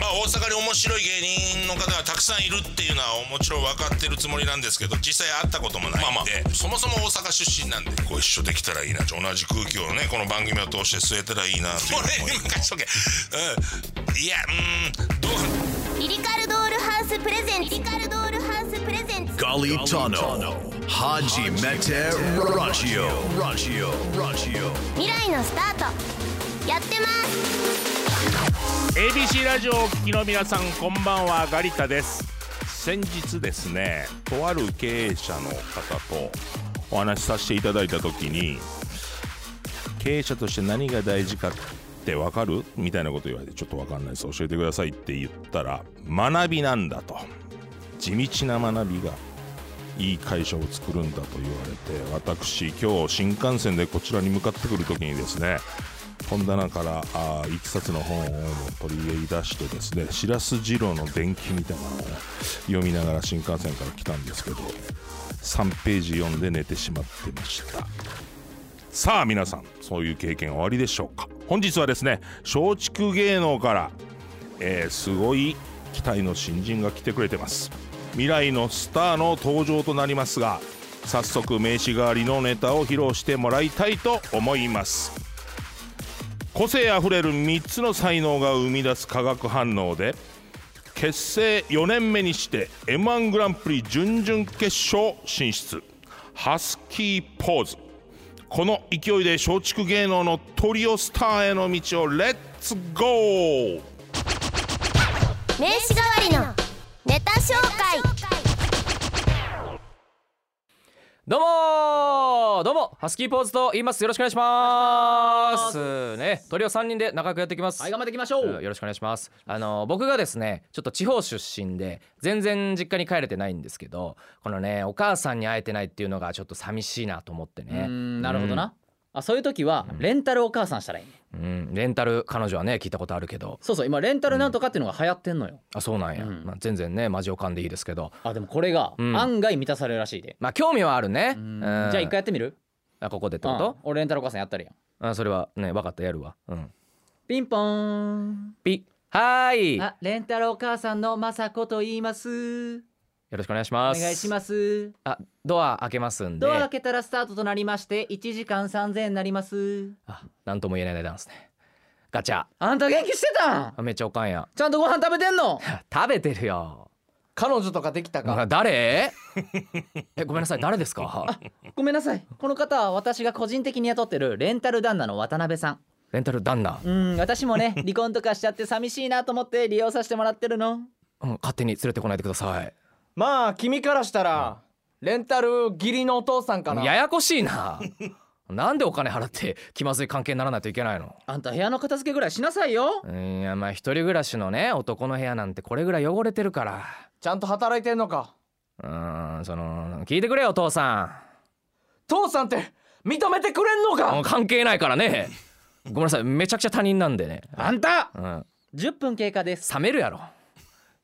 あ大阪に面白い芸人の方がたくさんいるっていうのはもちろん分かってるつもりなんですけど実際会ったこともないんで、まあまそもそも大阪出身なんでご一緒できたらいいな同じ空気をねこの番組を通して吸えたらいいなっていうこれ思い今貸しとけうんいやうんどうリリカルドールハウスプレゼンツリリカルドールハウスプレゼンツ Galitano Haji Mete Raggio Raggio Raggio 未来のスタートやってます ABC ラジオをお聞きの皆さんこんばんはガリタです先日ですねとある経営者の方とお話しさせていただいた時に経営者として何が大事かって分かるみたいなこと言われてちょっと分かんないです教えてくださいって言ったら学びなんだと地道な学びがいい会社を作るんだと言われて私今日新幹線でこちらに向かってくる時にですね本棚からあーいきさつの本を取り出してですね白洲二郎の伝記みたいなのをね読みながら新幹線から来たんですけど3ページ読んで寝てしまってましたさあ皆さんそういう経験おありでしょうか本日はですね松竹芸能から、えーすごい期待の新人が来てくれてます未来のスターの登場となりますが早速名刺代わりのネタを披露してもらいたいと思います個性あふれる3つの才能が生み出す化学反応で結成4年目にして m 1グランプリ準々決勝進出ハスキーポーズこの勢いで松竹芸能のトリオスターへの道をレッツゴー名刺代わりのネタ紹介どうもーどうもハスキーポーズと言いますよろしくお願いしますねトリオ三人で仲良くやっていきますはい頑張っていきましょう、うんよろしくお願いしますあの僕がですねちょっと地方出身で全然実家に帰れてないんですけどこのねお母さんに会えてないっていうのがちょっと寂しいなと思ってうーねんなるほどな、あそういう時はレンタルお母さんしたらいいねうんレンタル彼女はね聞いたことあるけどそうそう今レンタルなんとかっていうのが流行ってんのよ、あそうなんや、うんまあ、全然ねマジオカンでいいですけどあでもこれがうん案外満たされるらしいで、まあ興味はあるねううんんじゃあ一回やってみるあここでってこと、うん俺レンタルお母さんやったらやんあそれはね分かったやるわうんピンポーンピはーいよあレンタルお母さんのまさこと言いますろしくお願いしおます願いしますあドア開けますんでドア開けたらスタートとなりまして1時間3000円になりますあなんとも言えない値段ですねガチャあんた元気してたんあめっちゃおかんや ちゃんとご飯食べてんの食べてるよ 彼女とかできたあ誰 えごめんなさい誰ですかごめんなさいこの方は私が個人的に雇ってるレンタル旦那の渡辺さんレンタル旦那、うん私もね離婚とかしちゃって寂しいなと思って利用させてもらってるのうん、勝手に連れてこないでくださいまあ君からしたら、レンタル義理のお父さんかなややこしいななんでお金払って気まずい関係にならないといけないのあんた部屋の片付けぐらいしなさいようんいやまあ一人暮らしのね男の部屋なんてこれぐらい汚れてるからちゃんと働いてんのかうーんその聞いてくれよお父さ父さんって認めてくれんのんもうか関係ないからねごめんなさいめちゃくちゃ他人なんでね、あんたうん、 10分経過です冷めるやろ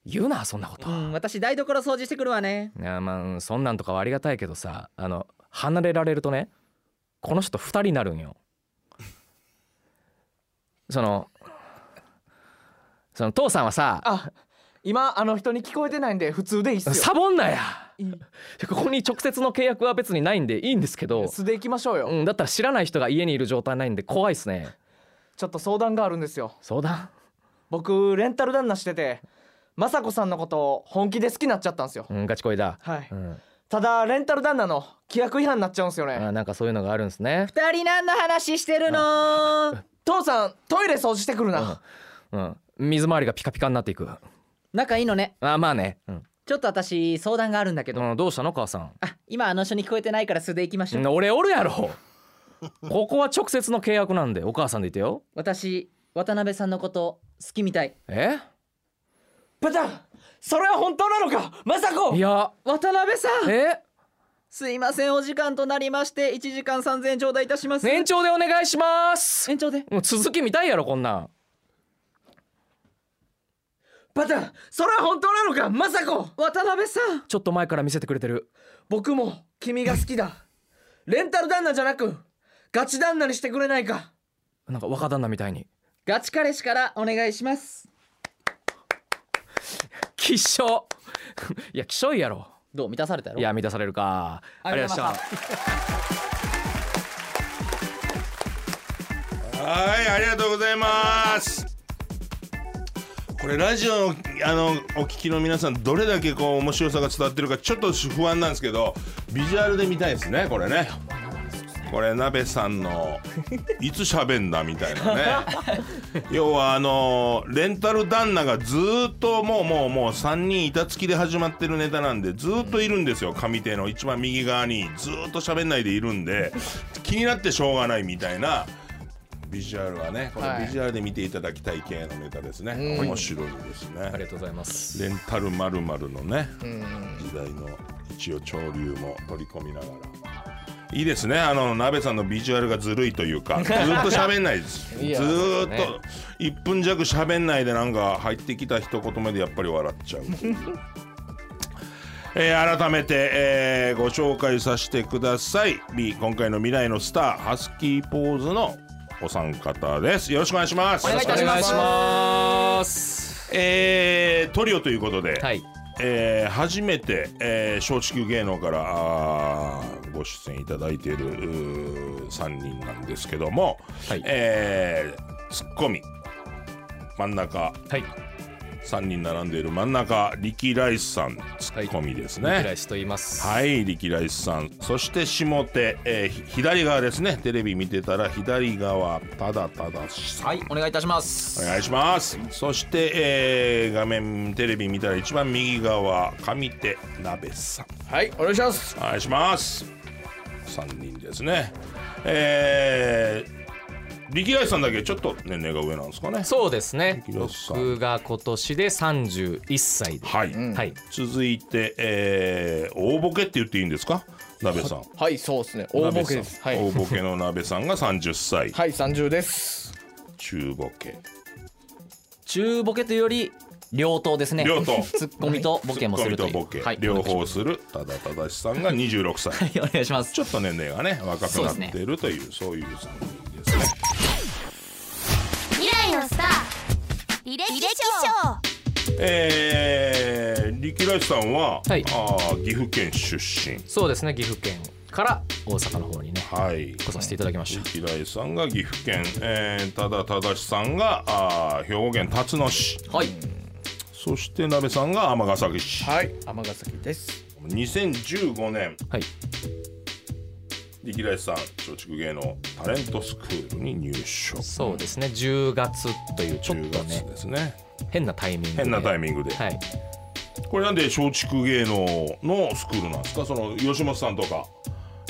言うなそんなこと、うん私台所掃除してくるわねいやまあそんなんとかはありがたいけどさあの離れられるとねこの人2人になるんよそのその父さんはさあ今あの人に聞こえてないんで普通でいいっすサよボんなやここに直接の契約は別にないんでいいんですけど、素でいきましょうよ、うん、だったら知らない人が家にいる状態ないんで怖いっすねちょっと相談があるんですよ相談僕レンタル旦那してて雅子さんのことを本気で好きになっちゃったんですよ、うんガチ恋だ、はいうん、ただレンタル旦那の規約違反になっちゃうんですよね、あなんかそういうのがあるんですね、二人何の話してるの父さんトイレ掃除してくるな、うん、水回りがピカピカになっていく 仲いいのねあまあね、うんちょっと私相談があるんだけど、うん、どうしたの母さんあ今あの人に聞こえてないから素で行きましょう、俺おるやろここは直接の契約なんでお母さんでいてよ私渡辺さんのこと好きみたいえブタンそれは本当なのか雅子いや渡辺さんえすいませんお時間となりまして1時間3000円頂戴いたします延長でお願いします延長でもう続き見たいやろこんなんバタンそれは本当なのかまさこ渡辺さんちょっと前から見せてくれてる僕も君が好きだレンタル旦那じゃなくガチ旦那にしてくれないかなんか若旦那みたいにガチ彼氏からお願いします希少 いや希少いやろどう満たされたやろいや満たされるかありがとうござあいまりがとうございましたはいありがとうございますこれラジオのあのお聞きの皆さんどれだけこう面白さが伝わってるかちょっと不安なんですけどビジュアルで見たいですねこれねこれ鍋さんのいつ喋んだみたいなね 要はあのレンタル旦那がずーっともうもうもう3人板付きで始まってるネタなんでずーっといるんですよ上手の一番右側にずーっと喋んないでいるんで気になってしょうがないみたいなビジュアルはねこのビジュアルで見ていただきたい系のネタですね、面白いですねありがとうございますレンタルまるのね、時代の一応潮流も取り込みながら。いいですねあの鍋さんのビジュアルがずるいという かずーっと喋んないですずいやーっそとう1分弱喋んないでなんか入ってきた一言目でやっぱり笑っちゃう えー改めて、えーご紹介させてくださいみ今回の未来のスターハスキーポーズのお三方ですよろしくお願いしますお願いいたしますますえートリオということで、はいえー初めて、えー、松竹芸能からあーご出演いただいているうー3人なんですけども、はいえーツッコミ真ん中はい3人並んでいる真ん中力ライスさんツッコミですね。平石と言いますはい、力ライスさん、そして下手、えーひ左側ですね。テレビ見てたら左側ただたださんはいお願いいたしますお願いしますそして、えー画面テレビ見たら一番右側上手鍋さんはいお願いしますお願いします3人ですねえー、力来さんだけちょっと年齢が上なんですかねそうですねよっしゃ僕が今年で31歳ではい、はい続いて、えー大ボケって言っていいんですか鍋さんはいそうですね大ボケです鍋さはん大いボケの鍋さんが30歳、はい30です中ボケ中ボケというより両党ですね両党ツッコミとボケもするというツッコミボケ、はい、両方するただただしさんが26歳お願いしますちょっと年齢がね若くなっているというそう,、いう3人ですね未来のスター履歴書えー、力来さんは、はいあー岐阜県出身そうですね岐阜県から大阪の方にねはい来させていただきました力来さんが岐阜県、えー、ただただしさんがあー兵庫県辰野市はいそして鍋さんが尼崎市、はい天ヶ崎です2015年はい力来さん松竹芸能タレントスクールに入所そうですね10月というちょっ10と月ねですね変なタイミングで変なタイミミングで、はいこれなんで松竹芸能のスクールなんですかその吉本さんとか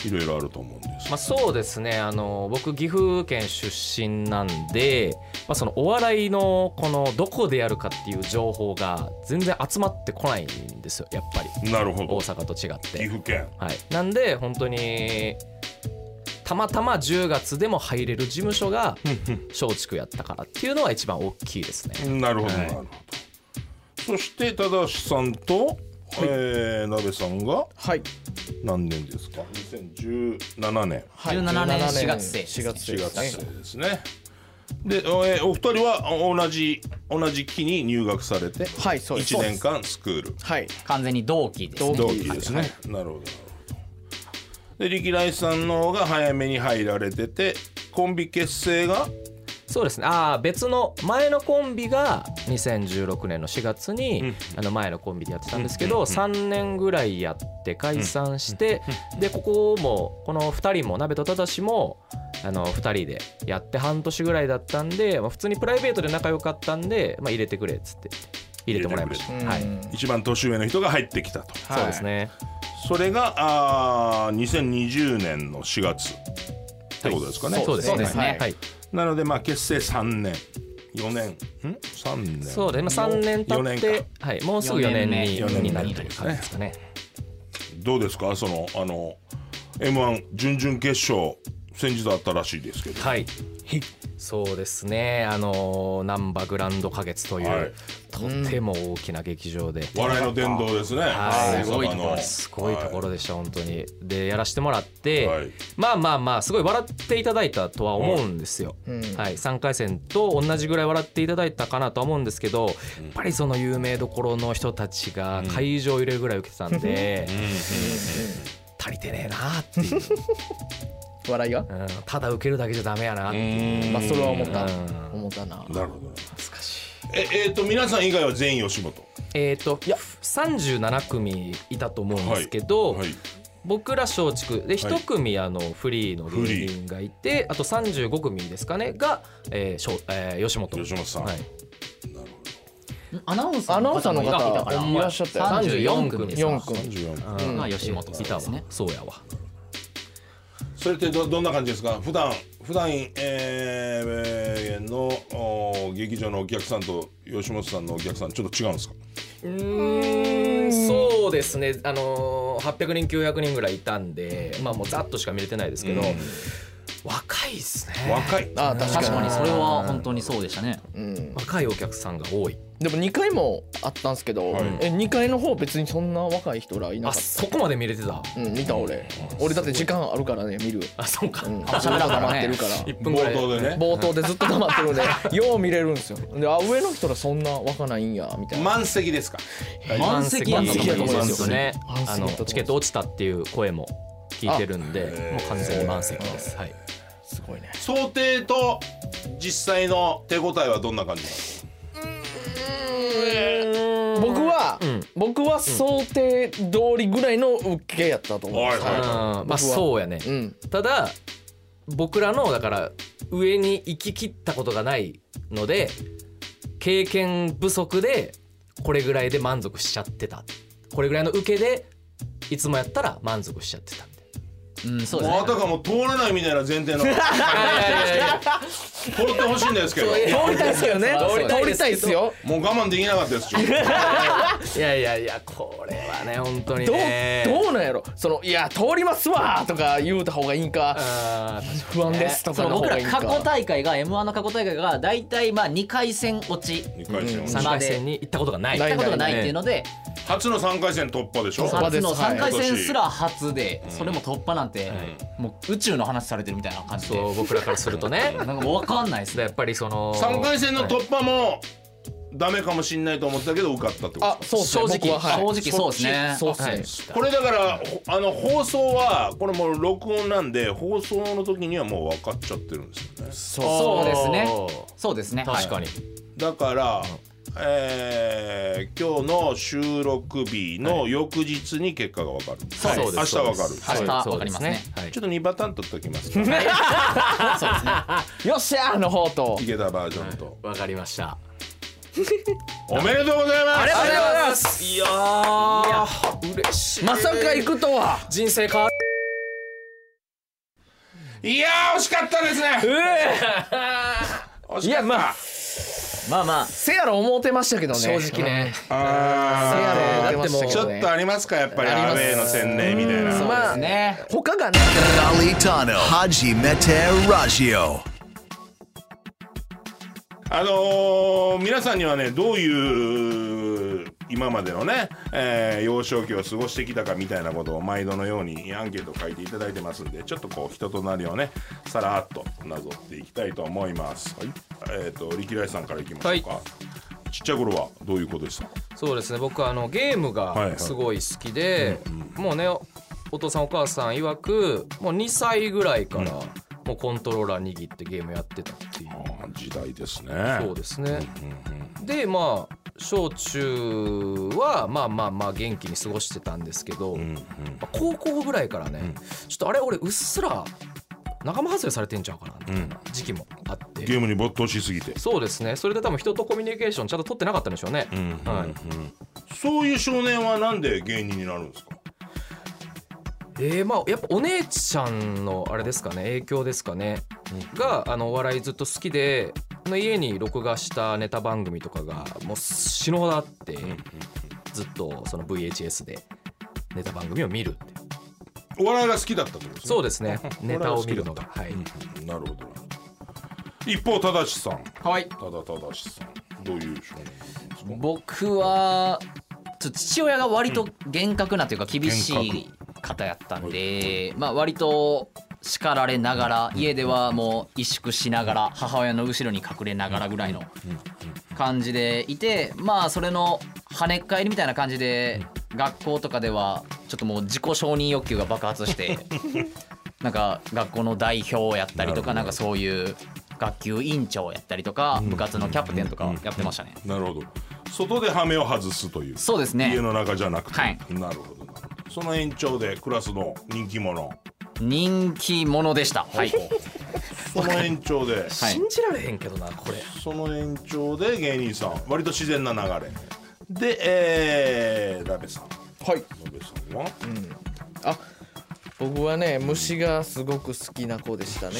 いろいろあると思うんです、まあ、そうですねあの僕岐阜県出身なんで、まあ、そのお笑いのこのどこでやるかっていう情報が全然集まってこないんですよやっぱりなるほ大ど阪と違って岐阜県はい、なんで本当にたまたま10月でも入れる事務所が松竹やったからっていうのは一番大きいですねなるほど、はいなるほどそして忠さんと、えー、鍋さんがはい何年ですか2017年はい17年4月生4月生4です月ねですねで、えーお二人は同じ同じ期に入学されてはいそうです1年間スクールはい完全に同期ですね同期ですね、なるほどなるほどで力来さんの方が早めに入られててコンビ結成がそうですねああ別の前のコンビが2016年の4月に、あの前のコンビでやってたんですけど、3年ぐらいやって解散して、でここもこの2人も鍋と正もあの2人でやって半年ぐらいだったんで、まあ、普通にプライベートで仲良かったんで、まあ、入れてくれっつって入れてもらいました、うんはい、一番年上の人が入ってきたとはいそうですねそれがあー2020年の4月ってことですかね、そうですねそうですねはいなのでまあ結成3年4年ん3年そうですね、まあ、3年4経っ年て間、はい、もうすぐ4年に四年目になるという感じですかねどうですかそのあの m 1準々決勝先日あったらしいですけど、はいそうですねあの難波グランド花月という、はいとても大きな劇場で、笑いの殿堂ですね。はい大阪のすごいところでした、本当にでやらせてもらっはいて、まあまあまあすごい笑っていただいたとは思うんですよ、うんはい、3回戦と同じぐらい笑っていただいたかなとは思うんですけどやっぱりその有名どころの人たちが会場入れるぐらい受けてたんで、足りてねえなって いう、笑いがうんただ受けるだけじゃダメやなっていう、まあそれは思ったうん思ったななるほど。懐かしい。ええーと皆さん以外は全員吉本。えっ、といや37組いたと思うんですけど、はい。僕ら松竹で1組あのフリーの芸人がいてあと35組ですかねが、えーしょえー吉本吉本さんはい、アナウンサーアナのウンサ方ーのもい方たからいらっしゃったよ34組です4組三十四。うんまあ吉本さいんたでわすねそうやわそれってどどんな感じですか。普段普段えーえーのおー劇場のお客さんと吉本さんのお客さんちょっと違うんですか。うーんそうですねあのー、800人900人ぐらいいたんでまあもうざっとしか見れてないですけど、若いですね若い。あ確かに確かにそれは本当にそうでしたねうん若いお客さんが多いでも2回もあったんすけど、はいえ2回の方別にそんな若い人らいなあかっそこまで見れてたたうん見た俺俺だって時間あるからね見るあそうか、うんずっあと喋らんから黙っねてるから1分ぐら冒い頭でね。冒頭でずっと黙ってるん でよう見れるんですよであ上の人らそんな若ないんやみたいな満席ですか。満席やったと思いま満す席よね満席あやったと思いのますチケット落ちたっていう声も聞いてるんでもう完全に満席です、はい、すごいね想定と実際の手応えはどんな感じなの。僕は、ん僕は想定通りぐらいの受けやったと思う、はいはうんまあそうやねうんただ僕らのだから上に行き切ったことがないので経験不足でこれぐらいで満足しちゃってたこれぐらいの受けでいつもやったら満足しちゃってたみたいうんそうでもすうねあたかも通らないみたいな前 提の通ってほしいんですけど通りたいっすよねそうです通りたいっすよもう我慢できなかったですちょっとないやいやいやこれはね本当にどうねどうなんやろそのいや通りますわーとか言うた方がいいんかあー不安ですとかそうの方僕がらいいん過去か大会が m 1の過去大会が大体まあ2回戦落ち行っ二回戦3回戦に行ったことがないないたことがないっていうので初の3回戦突破でしょ突破初ですのはい3回戦すら初でそれも突破なんてもう宇宙の話されてるみたいな感じでそう僕らからするとねなんかもう分かんないですでやねっぱりその3回戦の突破もダメかもしんないと思ってたけど受かったってことあそうっすね正直僕ははい正直そうですねそうっすね、はいこれだからほあの放送はこれもう録音なんで放送の時にはもう分かっちゃってるんですよねそうですねそうですね確かはいに、だから、えー今日の収録日の翌日に結果が分かる、そうです明日分かるそうですそ明日うですわかりますねはいちょっと2パターン取っときますかよっしゃーの方と池田バージョンと、わかりましたおめでとうございますありがとうございますいやー嬉しいまさか行くとは人生変わるいやー惜しかったですね惜しかったいやまあまあまあせやろ思うてましたけどね正直ねせやろあ思うてましたーけちょどっねとありますかやっぱりありアまウすェーの洗礼みたいなまあね他がね Napolitano Haji Mete Raggio. あのー皆さんにはねどういう今までのね、えー幼少期を過ごしてきたかみたいなことを毎度のようにアンケートを書いていただいてますんでちょっとこう人となりをねさらっとなぞっていきたいと思います、はい、えっ、と力来さんからいきましょうか、ちっちゃい頃はどういうことでしたそうですね僕はあのゲームはいはがいすごい好きで、もうねお父さんお母さん曰くもう2歳ぐらいから、もうコントローラー握ってゲームやってたっていうあー時代ですねそうですね。でまあ小中はまあまあまあ元気に過ごしてたんですけど、まあ高校ぐらいからね、ちょっとあれ俺うっすら仲間外れされてんちゃうかなみたいな時期もあって。ゲームに没頭しすぎてそうですねそれで多分人とコミュニケーションちゃんと取ってなかったんでしょうね、はい、そういう少年はなんで芸人になるんですかえー、まあやっぱお姉ちゃんのあれですかね影響ですかね、があのお笑いずっと好きでの家に録画したネタ番組とかがもう死ぬほどあって、ずっとその VHS でネタ番組を見るっていうお笑いが好きだったってことですねそうですねネタを見るのがはい、うんなるほど一方ただしさんはいただただしさんどういう少年なんですか僕はちょっと父親が割と厳格なというか厳しい方やったんで、まあ、割と叱られながら家ではもう萎縮しながら母親の後ろに隠れながらぐらいの感じでいてまあそれの跳ねっ返りみたいな感じで学校とかではちょっともう自己承認欲求が爆発してなんか学校の代表やったりとかなんかそういう学級委員長やったりとか部活のキャプテンとかやってましたね。なるほど外で羽目を外すというそうですね家の中じゃなくて、はいなるほどなるほどその延長でクラスの人気者人気者でした。はい。その延長ではい信じられへんけどなこれその延長で芸人さん割と自然な流れでえー、ラベさんはいラベさんは、あ僕はね虫がすごく好きな子でしたね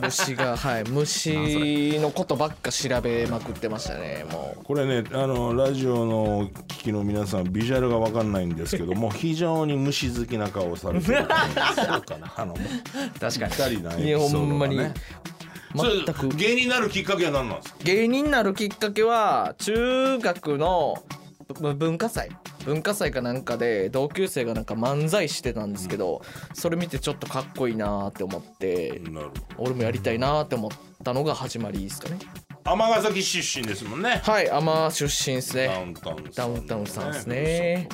虫がはい虫のことばっか調べまくってましたねもこれねあのラジオのお聞きの皆さんビジュアルが分かんないんですけど も非常に虫好きな顔をされてると思いますあの確か二に。人のエういやピほソーんドまがにね全くそれ芸人になるきっかけは何なんですか芸人になるきっかけは中学のぶ文化祭文化祭かなんかで同級生がなんか漫才してたんですけど、それ見てちょっとかっこいいなーって思って、なるほど俺もやりたいなーって思ったのが始まりですかね尼崎出身ですもんねはい天出身ですダウねンタウンダウンタウンさんですね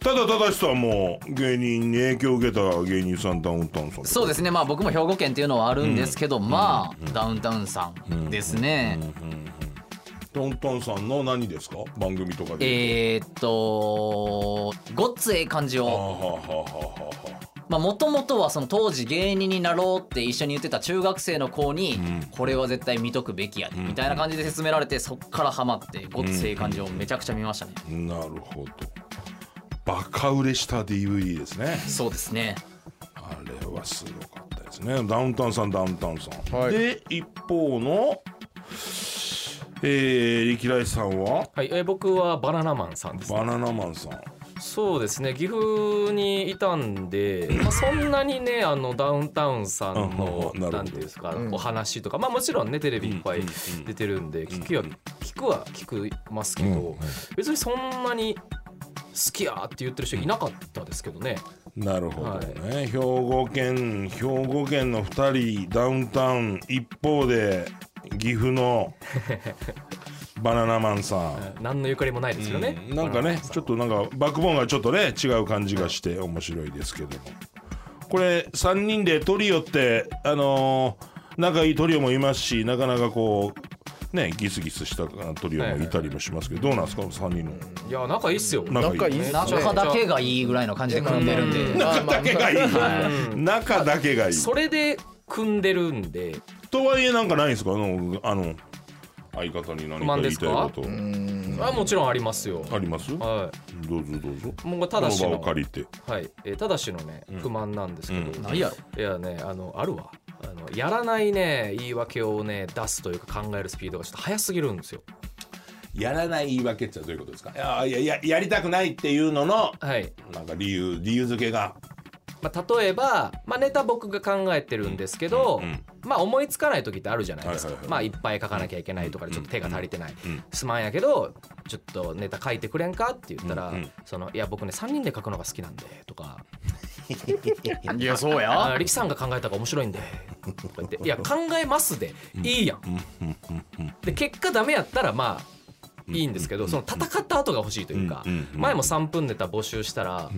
ただただしさんも芸人に影響を受けた芸人さんダウンタウンさんそうですすね。まあ僕も兵庫県っていうのはあるんですけど、まあダウンタウンさんですね。ダウンタウンさんの何ですか番組とかで、えーっとごっつええ感じはあはをあはあはあはあまあ元々はその当時芸人になろうって一緒に言ってた中学生の子に、これは絶対見とくべきやで、みたいな感じで説明られてそっからハマってごっつええ感じをめちゃくちゃ見ましたね、なるほどバカ売れした DVD ですねそうですねあれはすごかったですねダウンタウンさんダウンタウンさん、はいで一方のえー、力来さんははい、えー僕はバナナマンさんですバナナマンさんそうですね岐阜にいたんで、まあ、そんなにねあのダウンタウンさんのうんうんなるほどなんていうんですか、お話とかまあもちろんねテレビいっぱい出てるんで、聞くは聞くは聞きますけど、別にそんなに好きやって言ってる人いなかったですけどね、なるほどね、兵庫県兵庫県の2人ダウンタウン一方で岐阜 のバナナマンさん、何のゆかりもないですよね、うんなんかねちょっとなんかバックボーンがちょっとね違う感じがして面白いですけどもこれ3人でトリオってあのー仲いいトリオもいますしなかなかこうねギスギスしたトリオもいたりもしますけど、どうなんですか3人のいや仲いいっすよ仲仲いいいいっすね中だけがいいぐらいの感じで組んでるんで、まあま仲あだけがいい、仲だけがいいそれで組んでるんでとはいえなんかないんですかあのあの相方に何か言いたいことあもちろんありますよ、ありますどはうぞどうぞい、もうこたのだし場をの借りてはい、えーただしのね不満なんですけど、ないやろいやねあのあるわあのやらないね言い訳をね出すというか考えるスピードがちょっと早すぎるんですよやらない言い訳ってどういうことですかいやいやややりたくないっていうののはい、なんか理由理由付けがまあ、例えば、まあ、ネタ僕が考えてるんですけど、まあ思いつかない時ってあるじゃないですはか、いはいはいまあいっぱい書かなきゃいけないとかでちょっと手が足りてない、すまんやけどちょっとネタ書いてくれんかって言ったら、そのいや僕ね3人で書くのが好きなんでとかいやそうやあー力さんが考えた方が面白い んで」とか言って「いや考えます」でいいやん。で結果ダメやったらまあいいんですけどその戦った後が欲しいというか前も3分ネタ募集したら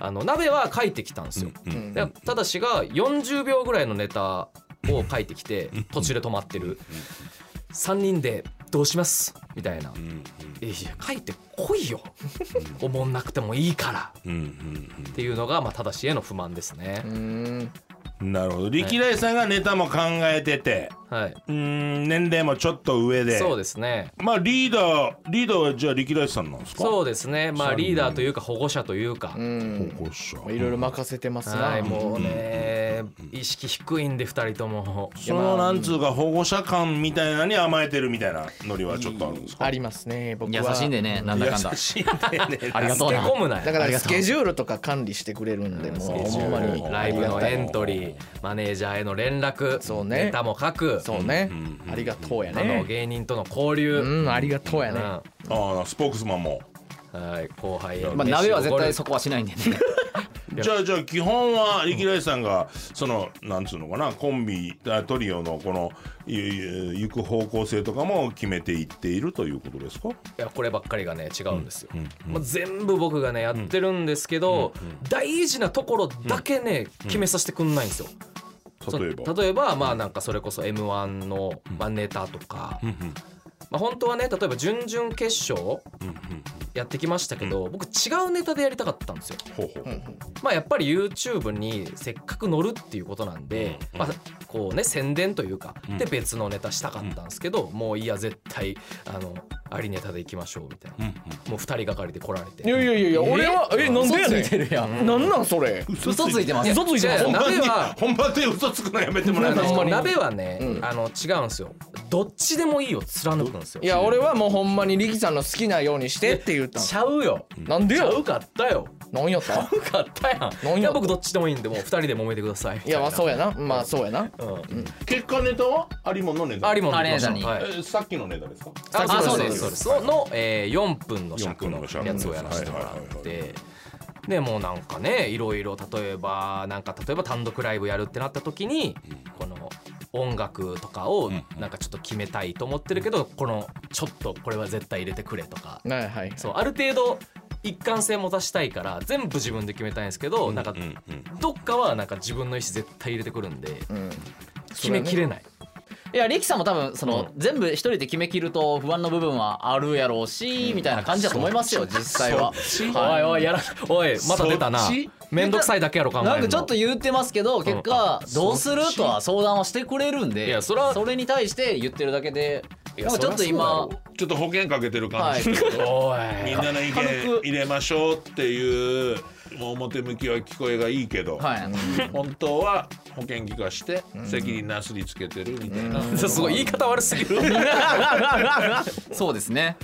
あの鍋は書いてきたんですよ。でただしが40秒ぐらいのネタを書いてきて途中で止まってる3人で「どうします?」みたいな「いやいや書いてこいよおもんなくてもいいから」っていうのがまあただしへの不満ですね。なるほど力来さんがネタも考えてて、はい、うーん年齢もちょっと上でそうですね。まあリーダーリーダーはじゃあ力来さんなんですかそうですね。まあリーダーというか保護者というか、うこうっしょいろいろ任せてますな、はい、ももうね、ね意識低いんで2人ともそのなんつうか保護者感みたいなのに甘えてるみたいなノリはちょっとあるんですかありますね僕優はしいんでねなんだかんだ優しいんだよねありがと透うけな込むなよだからスケジュールとか管理してくれるんでもうスケジほュんまールにライブのエントリーマネージャーへの連絡そうねネタも書くそうねありがとうやあのね芸人との交流、うんありがとうやねああスポークスマンもうんはい後輩へまあ鍋は絶対そこはしないんでねじゃあじゃあ基本は力大さんがそのなんつうのかなコンビあトリオのこのいい行く方向性とかも決めていっているということですかいやこればっかりがね違うんですよ、まあ、全部僕がねやってるんですけど、大事なところだけね、決めさせてくんないんですよ、例えばそう例えばまあなんかそれこそ m 1の、まあ、ネタとか、まあ本当はね例えば準々決勝やってきましたけど、僕違うネタでやりたかったんですよ。ほうほうまあやっぱり YouTube にせっかく乗るっていうことなんで、まあこうね宣伝というかで別のネタしたかったんですけど、もういや絶対あのありネタでいきましょうみたいな、もう2人がかりで来られて。いやいやいやいや俺はえなんでやね嘘ついてるやんんなんなんそれ嘘ついてます嘘ついてます本いやいや番に鍋 は本番で嘘つくのやめてもらえます ほんまかに鍋はね、うんあの違うんですよどっちでもいいを貫くんですよいや俺はもうほんまにリキさんの好きなようにしてって言ったんちゃうよなんでちゃようかったよなんやったよかったや何んやいや僕どっちでもいいんでもう2人で揉めてくださいいやまあそうや、やなまあそうやなうん、結果ネタはありもんのネタありもんでいきましょうあれやだにはいえーさっきのネタですかああそうですそううそでですすその、えー、4分の尺4分のの尺やつをやらせてもらっはいはいてでもうなんかねいろいろ例えばなんか例えば単独ライブやるってなった時にこの音楽とかをなんかちょっと決めたいと思ってるけどこのちょっとこれは絶対入れてくれとかはいはいそうある程度一貫性持たしたいから全部自分で決めたいんですけどなんかどっかはなんか自分の意思絶対入れてくるんでうん決めきれない。いやリキさんも多分その、全部一人で決めきると不安の部分はあるやろうし、みたいな感じだと思いますよ実際ははいおいおいやらおいまた出たなそっちめんどくさいだけやろ考えんのなんかちょっと言ってますけど結果どうするとは相談はしてくれるんでいやそれはに対して言ってるだけでいなやんかちょっと今そりゃちょっと保険かけてる感はじいしてるおみいんなの意見入れましょうっていう表向きは聞こえがいいけど、はい本当は保険技化して責任なすりつけてるみたいな、 すごい言い方悪すぎるそうですね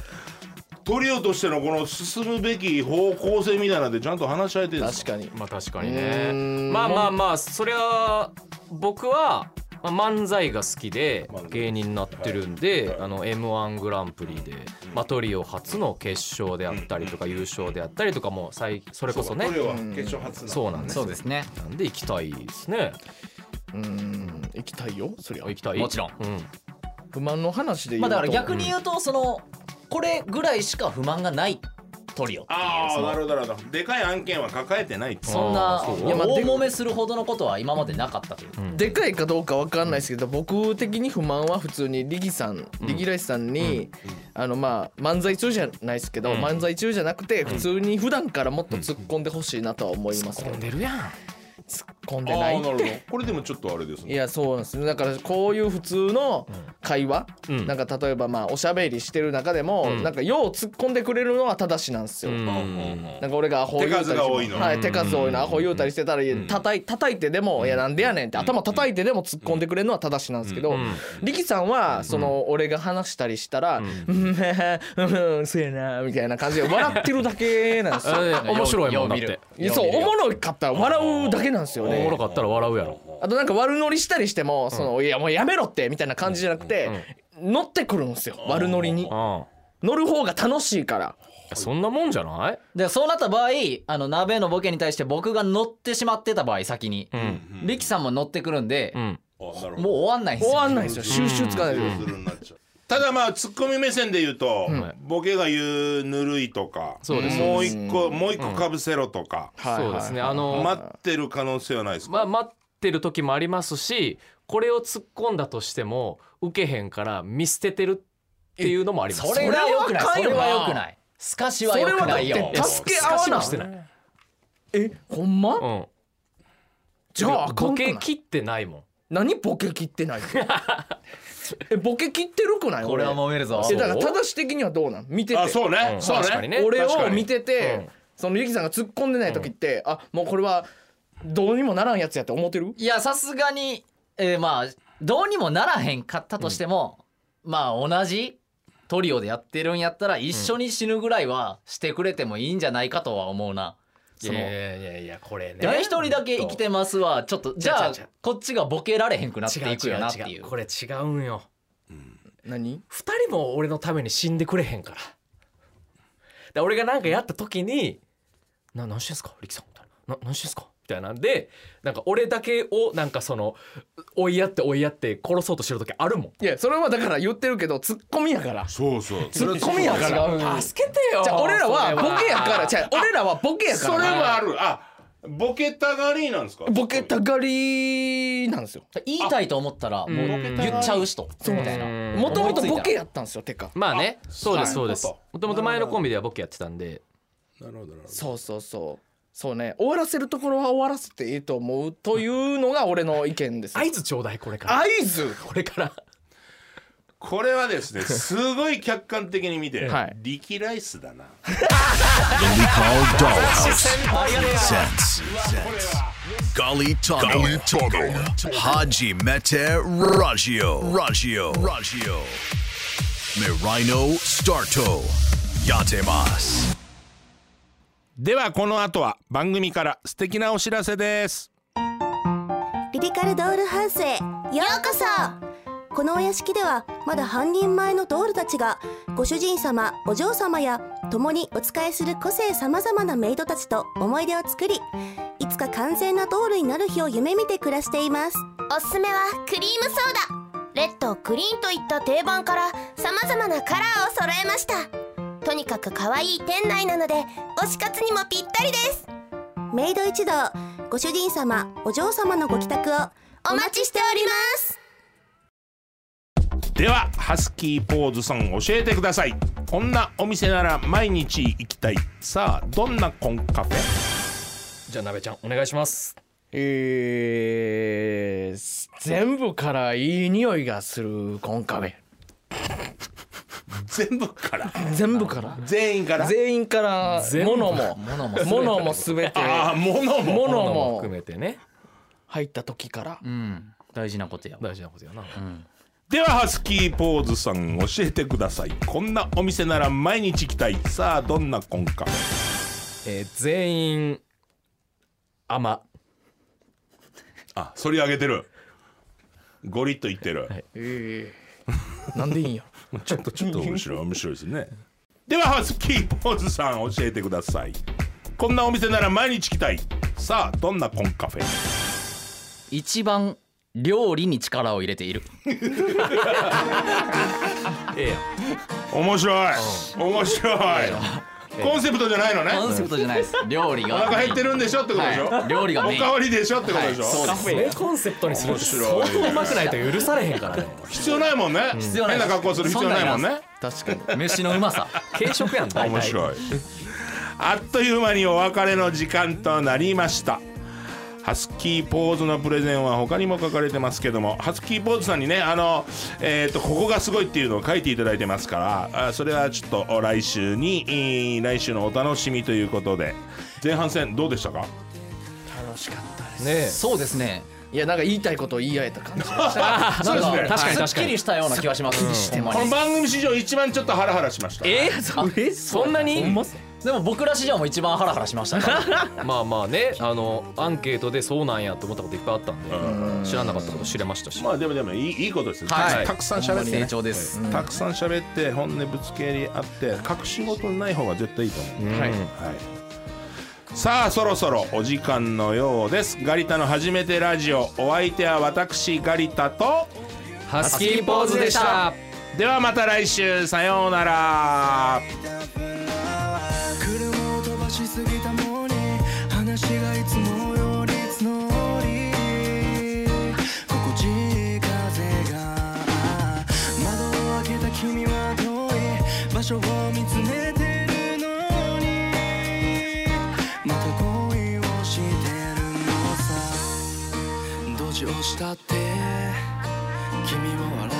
トリオとしてのこの進むべき方向性みたいなんでちゃんと話し合えてるんです確かかに まあ確かににねねまあまあまあそれは僕はまあ漫才が好きで芸人になってるんであの m 1グランプリでまあトリオ初の決勝であったりとか優勝であったりとかも最それこそねトリオは決勝初なそうなんですそうですねなんで行きたいですねうん行きたいよそりゃ行きたいもちろんうん不満の話で言まうあだとから逆に言うとそのこれぐらいしか不満がないトリオっていうあそあのなるほどなるほどでかい案件は抱えてないってそんあなーそういやまあ大揉めするほどのことは今までなかったというでかいかどうかわかんないですけど僕的に不満は普通にリギさんリギライスさんにあのまあ漫才中じゃないですけど漫才中じゃなくて普通に普段からもっと突っ込んでほしいなとは思いますけど突っ出るやん込んあであないーなるほどこれでもちょっとあれですいねやそうなんですねだからこういう普通の会話、んなんか例えばまあおしゃべりしてる中でも、なんかよう突っ込んでくれるのは正しなんですよ、うんなんか俺がアホ言うたりし手数が多いのはい、手数多いのアホ言うたりしてたら、いや叩い叩いてでも「いやなんでやねん」って頭叩いてでも突っ込んでくれるのは正しなんですけど、力さんはその俺が話したりしたら「うんうんそうやな」みたいな感じで笑ってるだけなんですよ。面白いもんだっよてう見るそうよう見おるよもろかったら笑うだけなんですよおね。もろかったら笑うやろあとなんか悪ノリしたりしても、そのいやもうやめろってみたいな感じじゃなくて、乗ってくるんですよ悪ノリうにん乗る方が楽しいからそんなもんじゃないでそうなった場合あの鍋のボケに対して僕が乗ってしまってた場合先に、リキさんも乗ってくるんで、うんあーなるほどもう終わんないんです終よわんないんですよ収集つかないでツルツルになっちゃうただまあツッコミ目線で言うと、ボケが言うぬるいとかそうですもう一個もう一個かぶせろとか、はいそうですねあの待ってる可能性はないですか、まあ待ってる時もありますしこれを突っ込んだとしても受けへんから見捨ててるっていうのもありますそれは良くないそそれはあかんよれなは良くないすかしは良くないそれよはだって助け合わなすかしもしてないえほんま、うんじゃああかボんくなケい切ってないもん何ボケ切っ てないのえボケ切ってるくないこれはも揉めるぞえだから正し的にはどうなん見ててあそうね、うんそう確かにねね俺確かをに見てて、うんそのゆきさんが突っ込んでない時って、あもうこれはどうにもならんやつやって思ってるいやさすがに、えーまあどうにもならへんかったとしても、まあ同じトリオでやってるんやったら一緒に死ぬぐらいはしてくれてもいいんじゃないかとは思うな。そのやいやいやこれね誰一人だけ生きてますはちょっとじゃ違あう違う違うこっちがボケられへんくなっ違ていくよなってう違いう違ううこれ違うんよ何二人も俺のために死んでくれへんからだから俺が何かやった時に「な何してんすか力さん」みたいな「な何してんすか?」みたいなんでなんか俺だけをなんかその追いやって追いやって殺そうとしてる時あるもんいやそれはだから言ってるけどツッコミやからそうそうツッコミやから違う助けてよじゃあ俺らはそれボケやからじゃあ俺らはボケやからそれはあるあボケたがりなんですかボケたがりなんですよ言いたいと思ったらもう言っちゃう人みたいなうんもともとボケやったんですよてかまあねそうですそそういうことうですもともと前のコンビでは僕やってたんでなるほどなるほどそうそうそうそうね終わらせるところは終わらせていいと思うというのが俺の意見です合図ちょうだいこれから合図これからこれはですねすごい客観的に見て、はい力ライスだな We call Dollhouse. Sense. Golly Tunnel. Haji Mete Raggio. Raggio. Raggio. Mirino Starto. Yatemas. ではこの後は番組から素敵なお知らせですリリカルドールハウスへようこそこのお屋敷ではまだ半人前のドールたちがご主人様お嬢様や共にお仕えする個性さまざまなメイドたちと思い出を作りいつか完全なドールになる日を夢見て暮らしていますおすすめはクリームソーダレッドグリーンといった定番からさまざまなカラーを揃えましたとにかく可愛い店内なので推し活にもぴったりですメイド一同ご主人様お嬢様のご帰宅をお待ちしておりますではハスキーポーズさん教えてくださいこんなお店なら毎日行きたいさあどんなコンカフェ じゃあ鍋ちゃんお願いしますえー、全部からいい匂いがするコンカフェ全部から全部から全員から全員から全部物も物も物も全てああ物も物もも含めてね入った時からうん大事なことや大事なことやなではハスキーポーズさん教えてくださいこんなお店なら毎日行きたいさあどんなコンカフェえー全員甘あそり上げてるゴリッといってる、えー、なんでいいんやちょっとちょっと面 白い面白いですねではハスキーポーズさん教えてくださいこんなお店なら毎日行きたいさあどんなコンカフェ一番料理に力を入れている面白い面白いコンセプトじゃないのねコンセプトじゃないです料理がお腹減ってるんでしょってことでしょ、はい料理がおメインかわりでしょってことでしょ、はいそうですそれコンセプトにすると相当うまくないと許されへんからね必要ないもんね必要ない変な格好する必要ないもんそんなね確かに飯のうまさ軽食やん大面体白いあっという間にお別れの時間となりましたハスキーポーズのプレゼンは他にも書かれてますけどもハスキーポーズさんにねあの、えー、とここがすごいっていうのを書いていただいてますからあそれはちょっと来週にえー来週のお楽しみということで前半戦どうでしたかねそうですねいやなんか言いたいことを言い合えた感じなんかそうですね確かに確かにすっきりしたような気がします、してまこの番組史上一番ちょっとハラハラしましたええそんなにでも僕ら史上も一番ハラハラしましたから まあまあねあのアンケートでそうなんやと思ったこといっぱいあったんで知らなかったこと知れましたしまあでもでもいいいいことですよ、はいたくさん喋って、ね成長です、たくさん喋って本音ぶつけり合って隠し事ない方が絶対いいと思う、はいさあそろそろお時間のようですガリタの初めてラジオお相手は私ガリタとハスキーポーズでしたではまた来週さようなら車を飛ばしすぎたのに話がいつもより募り心地いい風が窓を開けた君は遠い場所を見つめてるのにまた恋をしてるのさどうじをしたって君は笑